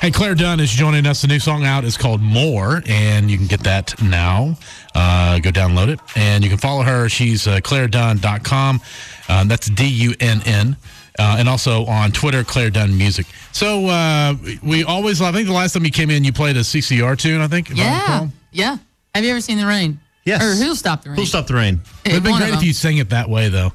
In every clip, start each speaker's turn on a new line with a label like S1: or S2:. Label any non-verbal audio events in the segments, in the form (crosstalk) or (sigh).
S1: Hey, Claire Dunn is joining us. The new song out is called More, and you can get that now. Uh, go download it, and you can follow her. She's uh, clairedunn.com. Uh, that's D U N N. Uh, and also on Twitter, Claire Dunn Music. So uh, we always, I think the last time you came in, you played a CCR tune, I think. if I
S2: Yeah.
S1: recall.
S2: Yeah. Have you ever seen the rain?
S3: Yes.
S2: Or who stopped the rain?
S3: Who'll stop the rain?
S1: It would
S2: It-
S1: have been
S2: one of
S1: great if
S2: them.
S1: you sang it that way,
S2: (laughs)
S1: though.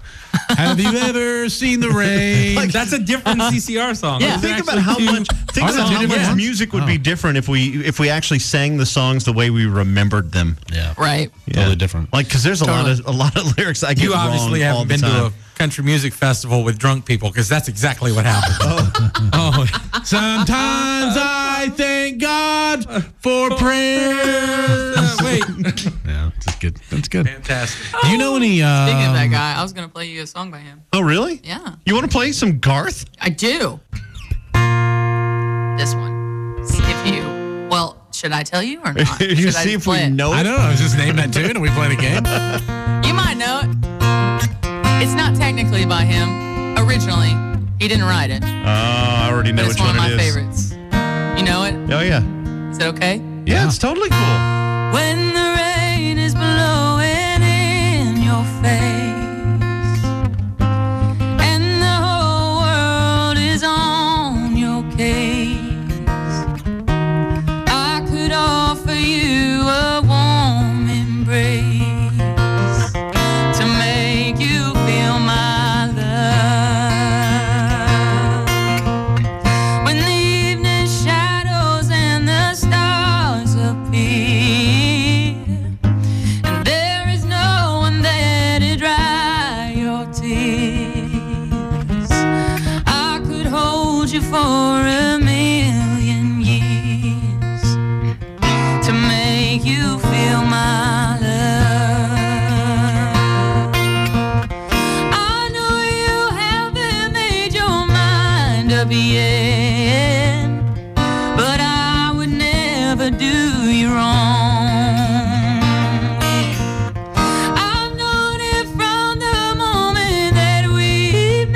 S1: Have you ever seen the rain?
S4: That's a different
S2: (laughs)
S4: CCR song.
S2: Yeah.
S4: Those are
S3: Think about how
S4: actually two-
S3: much. Think
S1: Are there
S3: about
S1: two
S3: how
S1: different
S3: much
S1: ones? Oh.
S3: music would be different if we if we actually sang the songs the way we remembered them.
S1: yeah.
S2: Right.
S3: Um,
S1: Totally
S2: (laughs)
S1: different.
S3: Like, because there's a lot of a lot of (laughs) lyrics I get
S4: You obviously
S3: wrong all
S4: haven't
S3: the
S4: been to a
S3: time.
S4: country music festival with drunk people because that's exactly
S2: (laughs)
S4: what happened. (laughs) oh.
S1: Sometimes I thank God for prayers.
S4: Uh, wait.
S1: Yeah, that's good. That's good.
S4: Fantastic.
S1: Do you know any? Uh,
S2: Speaking of that guy, I was going to play you a song by him.
S3: Oh, really?
S2: Yeah.
S3: You want to play
S2: (laughs)
S3: some Garth?
S2: I do. This one. See if you. Well, should I tell you or not?
S3: (laughs) you
S2: Should I
S3: see
S2: just
S3: if
S2: play
S3: we
S2: it?
S3: know
S1: I
S3: it.
S1: don't know. I was just named that tune, and we played a game.
S2: (laughs) You might know it. It's not technically by him. Originally, he didn't write it.
S3: Oh, I already know
S2: But
S3: which
S2: it's one
S3: one,
S2: of my
S3: it is.
S2: favorites. You know it?
S3: Oh yeah.
S2: Is it okay?
S3: yeah, it's totally cool.
S2: When the rain is blowing in your face and the whole world is on your case, I could offer you a warm embrace to make you feel my love. When the evening shadows and the stars appear, and there is no one there to dry your tears, I could hold you for a million years to make you feel my love. I know you haven't made your mind up yet, but I would never do you wrong. I've known it from the moment that we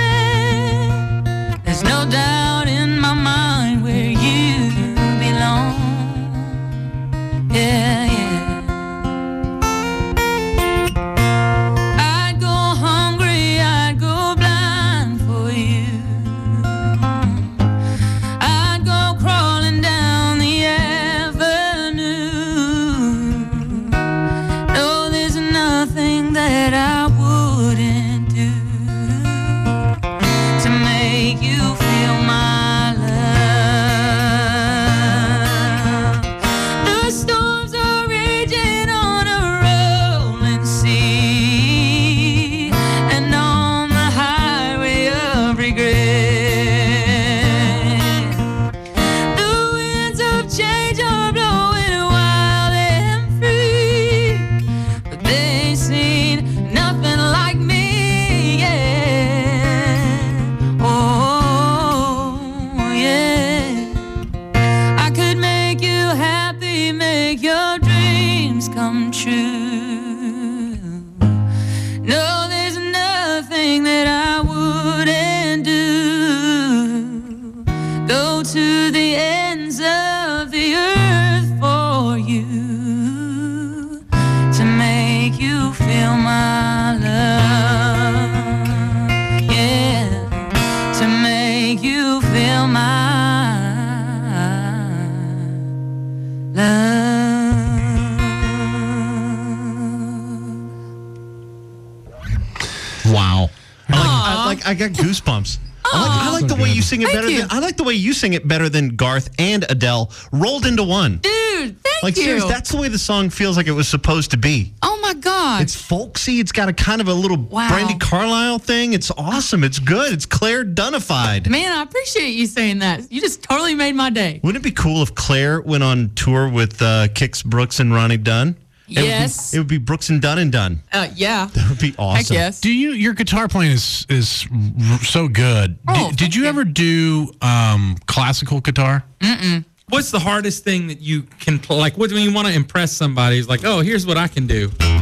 S2: met. There's no doubt in my mind where you belong. Yeah, yeah. I'd go hungry, I'd go blind for you. I'd go crawling down the avenue. No, there's nothing that I wouldn't do to make you feel my love. The storms are raging on a rolling sea and on the highway of regret. The winds of change are blowing wild and free, but they seen nothing like me. Yeah, oh yeah. I could make you happy, make your dreams come true. No, there's nothing that I wouldn't do. Go to the ends of the earth for you to make you feel my love. Yeah to make you feel my love.
S1: Wow.
S3: I like, I, like, I got goosebumps. I like, I like the way you sing it
S2: Thank
S3: better.
S2: you.
S3: Than, I like the way you sing it better than Garth and Adele rolled into one.
S2: Dude, thank
S3: Like
S2: you.
S3: seriously, that's the way the song feels like it was supposed to be.
S2: oh my God.
S3: It's folksy. It's got a kind of a little
S2: Wow.
S3: Brandy Carlisle thing. It's awesome. It's good. It's Claire Dunnified.
S2: Man, I appreciate you saying that. You just totally made my day.
S3: Wouldn't it be cool if Claire went on tour with uh, Kix Brooks and Ronnie Dunn? It would be-
S2: Yes.
S3: it would be Brooks and Dunn and Dunn.
S2: Uh, yeah.
S3: It would be awesome.
S2: I guess.
S1: Do you? Your guitar playing is is r- so good.
S2: Oh,
S1: did, did
S2: thank
S1: you
S2: you. Mm,
S1: ever do um, classical guitar?
S4: What's the hardest thing that you can pl- like? What when you want to impress somebody? It's like, oh, here's what I can do. Okay,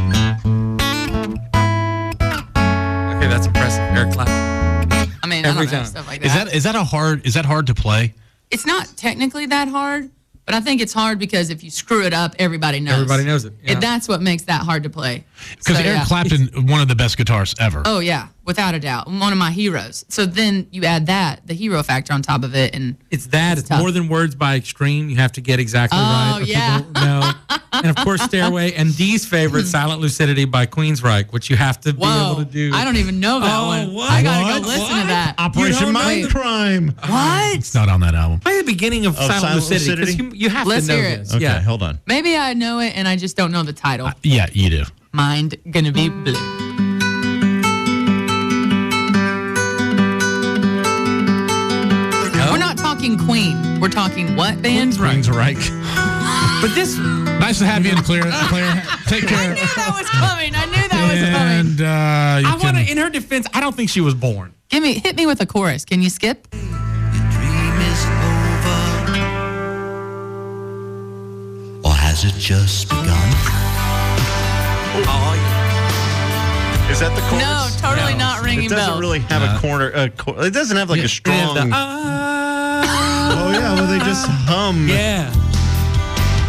S4: that's impressive. Eric, clap.
S2: I mean, I
S4: Every
S2: don't know,
S4: time.
S2: stuff like that.
S1: Is that is that a hard? Is that hard to play?
S2: it's not technically that hard, but I think it's hard because if you screw it up, everybody knows.
S4: Everybody knows it, yeah.
S2: And that's what makes that hard to play.
S1: Because
S2: So,
S1: Eric
S2: yeah.
S1: Clapton, one of the best guitarists ever.
S2: Oh yeah, without a doubt, one of my heroes. So then you add that the hero factor on top of it, and
S4: It's that. It's
S2: tough. Oh,
S4: more than words by extreme. You have to get exactly right. or
S2: yeah. Hmm.
S4: people don't know. and
S2: (laughs)
S4: of course, Stairway and Dee's favorite, Silent Lucidity by Queensryche, which you have to
S2: whoa,
S4: be able to do.
S2: I don't even know that
S4: Oh,
S2: one.
S4: what?
S2: I gotta
S4: What?
S2: go listen
S4: What?
S2: to that.
S3: Operation
S4: don't know the-
S3: Mindcrime.
S2: Uh, what?
S1: It's not on that album.
S4: Play the beginning of, Silent,
S3: Silent
S4: Lucidity because you,
S3: Lucidity?
S4: you have
S2: Let's
S4: to know
S2: hear it.
S4: this.
S3: Okay,
S4: Yeah.
S3: hold on.
S2: Maybe I know it and I just don't know the title.
S1: Yeah, you do.
S2: Mind gonna be blue. We're not talking Queen. We're talking what (laughs) band?
S4: Queensryche.
S3: Queensryche.
S4: But this,
S1: Nice to have you in, Claire. Claire,
S2: (laughs)
S1: take care.
S2: that was coming. I knew that was coming.
S1: And uh, you
S4: I want
S1: can-
S4: to. In her defense, I don't think she was born.
S2: Give me, hit me with a chorus. Can you skip?
S5: dream is over? Or has it just begun?
S3: Is that the chorus?
S2: No, totally not ringing
S3: It doesn't
S2: bells.
S3: really have a corner. A cor- it doesn't have like a strong.
S4: And, uh,
S3: oh yeah, well they just
S4: (laughs)
S3: hum.
S4: yeah.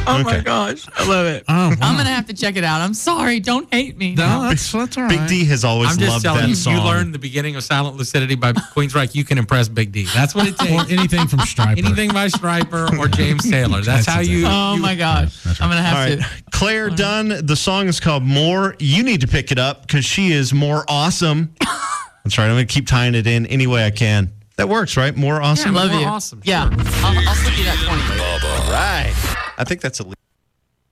S4: Oh my
S3: Okay.
S4: gosh, I love it.
S1: Oh,
S2: I'm gonna have to check it out. I'm sorry. Don't hate me.
S1: no, Oh, that's, that's all right.
S3: Big D has always
S4: I'm just
S3: loved
S4: telling
S3: that
S4: you,
S3: song.
S4: you learned the beginning of Silent Lucidity by Queensryche. You can impress Big D. That's what it
S1: Or
S4: takes.
S1: anything from Striper.
S4: (laughs) Anything by Striper or James Taylor.
S1: That's
S4: That's how you.
S2: Oh
S4: you- (laughs)
S2: my gosh. I'm gonna
S3: All
S2: have
S3: right,
S2: to.
S3: Claire Dunn. The song is called "More." You need to pick it up because she is more awesome. That's right. I'm gonna keep tying it in any way I can. That works, right? More awesome.
S2: Love
S4: We're
S2: you.
S4: awesome.
S2: Yeah. I'll, I'll stick you that 20.
S3: All right. I think that's a.